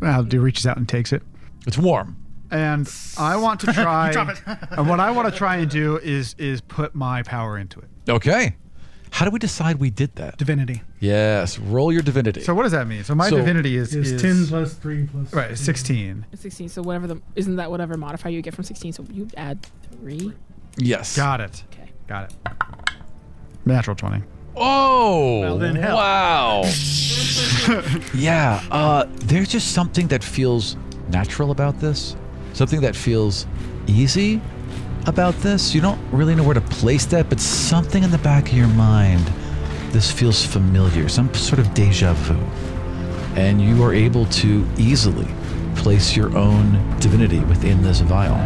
S4: Well, he reaches out and takes it.
S1: it's warm
S4: and I want to try.
S2: drop it.
S4: and what I want to try and do is is put my power into it.
S1: okay how do we decide we did that
S2: divinity
S1: yes roll your divinity
S4: So what does that mean? So my
S1: So-
S4: divinity is
S2: is,
S4: is
S2: ten plus three plus.
S4: right is sixteen.
S5: Sixteen. So whatever the isn't that whatever modifier you get from sixteen? So you add three.
S1: Yes.
S4: Got it.
S5: Okay.
S4: Got it. Natural twenty.
S1: Oh.
S2: then hell.
S1: wow. yeah. Uh, there's just something that feels natural about this. Something that feels easy about this. You don't really know where to place that, but something in the back of your mind, this feels familiar. Some sort of deja vu. And you are able to easily place your own divinity within this vial.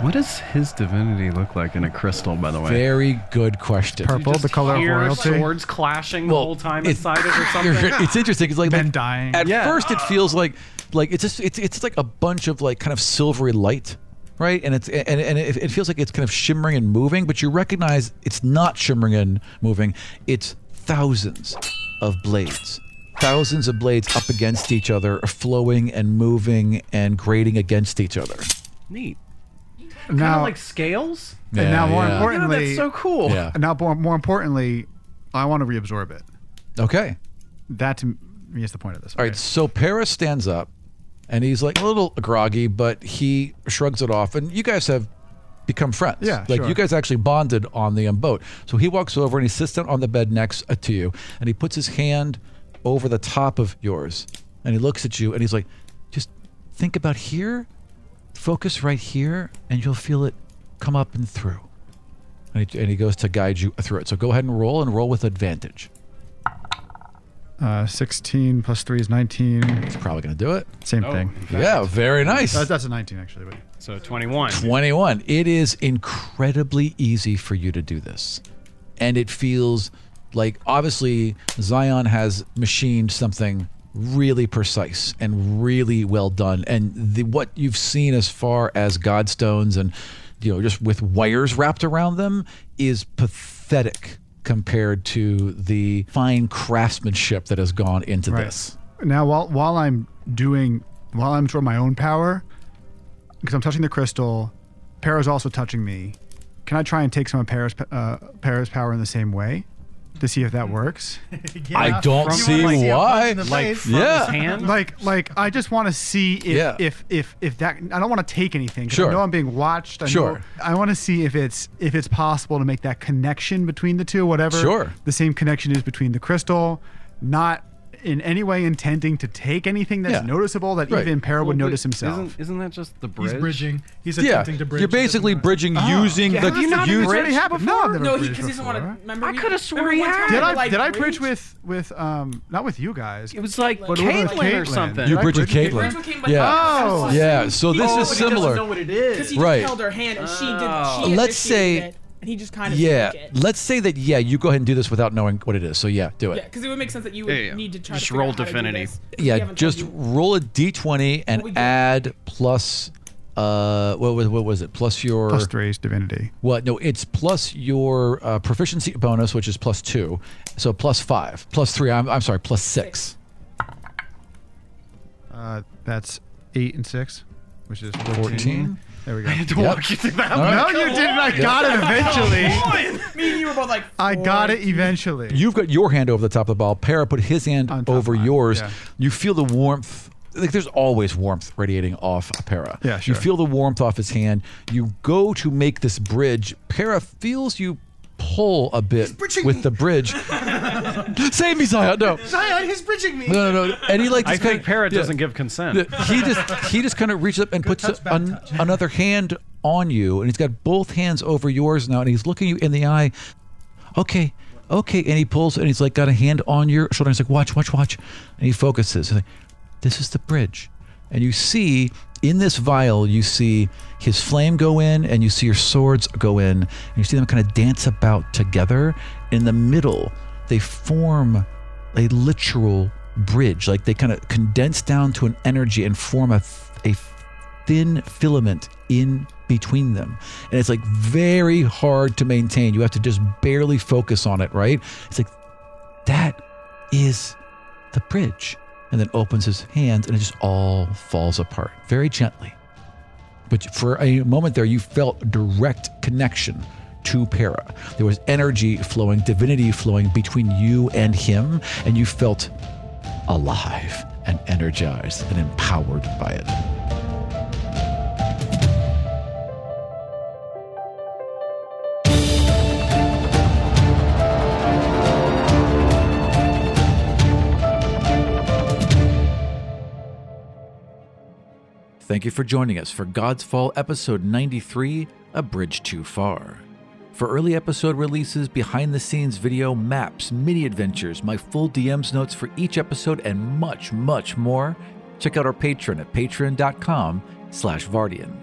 S7: What does his divinity look like in a crystal, by the way?
S1: Very good question.
S4: Purple, the color of
S7: Hear
S4: royalty.
S7: swords clashing the whole time
S1: it's-
S7: inside it or
S1: you're-
S7: something.
S1: It's interesting. It's like
S4: Men
S1: like,
S4: dying.
S1: At
S7: Yeah.
S1: first, it feels like like it's just it's it's like a bunch of like kind of silvery light, right? And it's and and it, it feels like it's kind of shimmering and moving, but you recognize it's not shimmering and moving. It's thousands of blades. Thousands of blades up against each other, flowing and moving and grating against each other.
S7: Neat. Kind of
S4: Now,
S7: like scales.
S4: and now more
S7: Yeah,
S4: importantly,
S7: that's so cool.
S1: Yeah.
S4: and now more, more importantly, I want to reabsorb it.
S1: Okay.
S4: That to me is the point of this.
S1: All right, so Paris stands up and he's like a little groggy, but he shrugs it off. And you guys have become friends.
S4: Yeah,
S1: Like
S4: sure.
S1: you guys actually bonded on the um, boat. So he walks over and he sits down on the bed next uh, to you and he puts his hand over the top of yours and he looks at you and he's like, just think about here, focus right here, and you'll feel it come up and through. And he, and he goes to guide you through it. So go ahead and roll and roll with advantage.
S4: Uh, sixteen plus three is nineteen.
S1: It's probably going to do it.
S4: Same
S7: Oh.
S4: thing.
S1: Yeah, very nice.
S4: That- that's a nineteen actually. But
S7: So 21.
S1: 21. It is incredibly easy for you to do this. And it feels like obviously Zion has machined something really precise and really well done. And the what you've seen as far as godstones and you know just with wires wrapped around them is pathetic compared to the fine craftsmanship that has gone into this.
S4: Now, while while I'm doing, while I'm toward my own power, because I'm touching the crystal, Para's also touching me. Can I try and take some of Para's pa- uh, Para's power in the same way to see if that works?
S1: I don't
S2: You
S1: see
S2: wanna see a punch
S1: why.
S2: in the
S7: Like
S2: face.
S7: from
S1: Yeah.
S7: his hand?
S4: like like I just want to see if,
S1: Yeah.
S4: if if if that I don't want to take anything. 'cause
S1: Sure.
S4: I know I'm being watched. I
S1: Sure.
S4: Know, I want to see if it's if it's possible to make that connection between the two, whatever.
S1: Sure.
S4: The same connection is between the crystal, not in any way intending to take anything that's
S1: Yeah.
S4: noticeable that
S1: Right.
S4: even Para
S7: Well,
S4: would
S7: but
S4: notice himself.
S7: Isn't, isn't that just the bridge?
S2: He's bridging. He's
S1: Yeah,
S2: attempting to bridge.
S1: you're basically bridging
S2: Ah,
S1: using the
S7: Have you not
S1: use-
S7: bridged?
S4: already happened. No, I've never
S5: No,
S4: bridged
S5: because he doesn't want to.
S4: before.
S5: Remember,
S3: I
S5: we-
S3: coulda
S5: remember
S3: swore
S5: one
S3: he
S5: time
S3: had.
S5: we,
S4: Did I
S5: like,
S4: did I bridge with with um not with you guys?
S7: It was like
S5: Like-
S7: Caitlyn
S5: Caitlyn
S7: or
S4: Caitlyn.
S7: something.
S1: you
S4: Did I
S1: bridge with
S4: bridge with
S5: Bridge
S1: Caitlyn.
S5: with him, but
S1: Yeah.
S4: Oh.
S1: Yeah, so this is similar.
S7: it
S5: Because
S7: is.
S5: he just
S1: Right.
S5: held her hand and she did. She
S1: Let's say-
S5: initiated it, and he just kind of
S1: Yeah,
S5: took it.
S1: let's say that. Yeah, you go ahead and do this without knowing what it is. So yeah, do
S5: Yeah,
S1: it.
S5: because it would make sense that you would
S7: Yeah, yeah.
S5: need to try
S7: Just
S5: to figure
S7: roll
S5: out how to do
S7: divinity.
S5: this, if we
S1: Yeah,
S5: haven't
S1: just
S5: told you.
S1: roll a d20
S5: What
S1: and
S5: we do.
S1: add plus. Uh, what was what was it? Plus your
S4: Plus three is divinity.
S1: what? No, it's plus your uh, proficiency bonus, which is plus two, so plus five, plus three. I'm I'm sorry, plus six.
S4: Uh, that's eight and six, which is 14.
S1: 14?
S4: There we go.
S7: Don't walk you through that.
S1: All
S4: No,
S1: right.
S4: you didn't. I got it eventually.
S5: Me and you were both like.
S4: I got
S5: "Four."
S4: it eventually.
S1: You've got your hand over the top of the ball. Para put his hand
S4: On top
S1: over
S4: of mine,
S1: yours.
S4: yeah.
S1: You feel the warmth. Like there's always warmth radiating off Para.
S4: Yeah,
S1: You
S4: sure.
S1: feel the warmth off his hand. You go to make this bridge. Para feels you pull a bit
S8: bridging
S1: with
S8: me.
S1: the bridge. Save me, Zion. No.
S8: Zion, he's bridging me.
S1: No, no, no. And he like
S7: I
S1: just
S7: think
S1: kinda-
S7: Parrot
S1: yeah.
S7: doesn't give consent.
S1: Yeah, he just he just kind of reaches up and puts
S2: touch, bad
S1: an, another hand on you, and he's got both hands over yours now, and he's looking you in the eye. Okay, okay, and he pulls, and he's like got a hand on your shoulder. And he's like, watch, watch, watch, and he focuses. He's like, this is the bridge, and you see in this vial, you see his flame go in, and you see your swords go in, and you see them kind of dance about together. In the middle, they form a literal bridge. Like they kind of condense down to an energy and form a, th- a thin filament in between them. And it's like very hard to maintain. You have to just barely focus on it, right? It's like, that is the bridge. And then opens his hands and it just all falls apart very gently. But for a moment there, you felt direct connection to Para. There was energy flowing, divinity flowing between you and him, and you felt alive and energized and empowered by it.
S6: Thank you for joining us for God's Fall episode 93 A Bridge Too Far. For early episode releases, behind the scenes video, maps, mini adventures, my full DM's notes for each episode, and much, much more, check out our patron at patreon.com slash Vardian.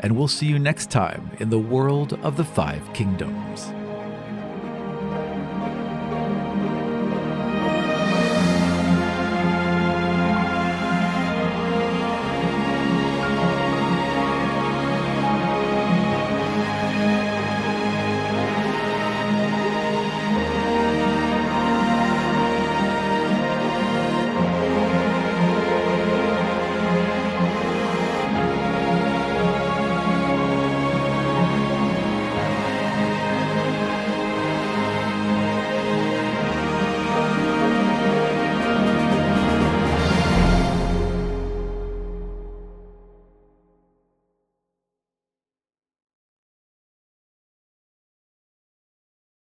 S6: And we'll see you next time in the world of the Five Kingdoms.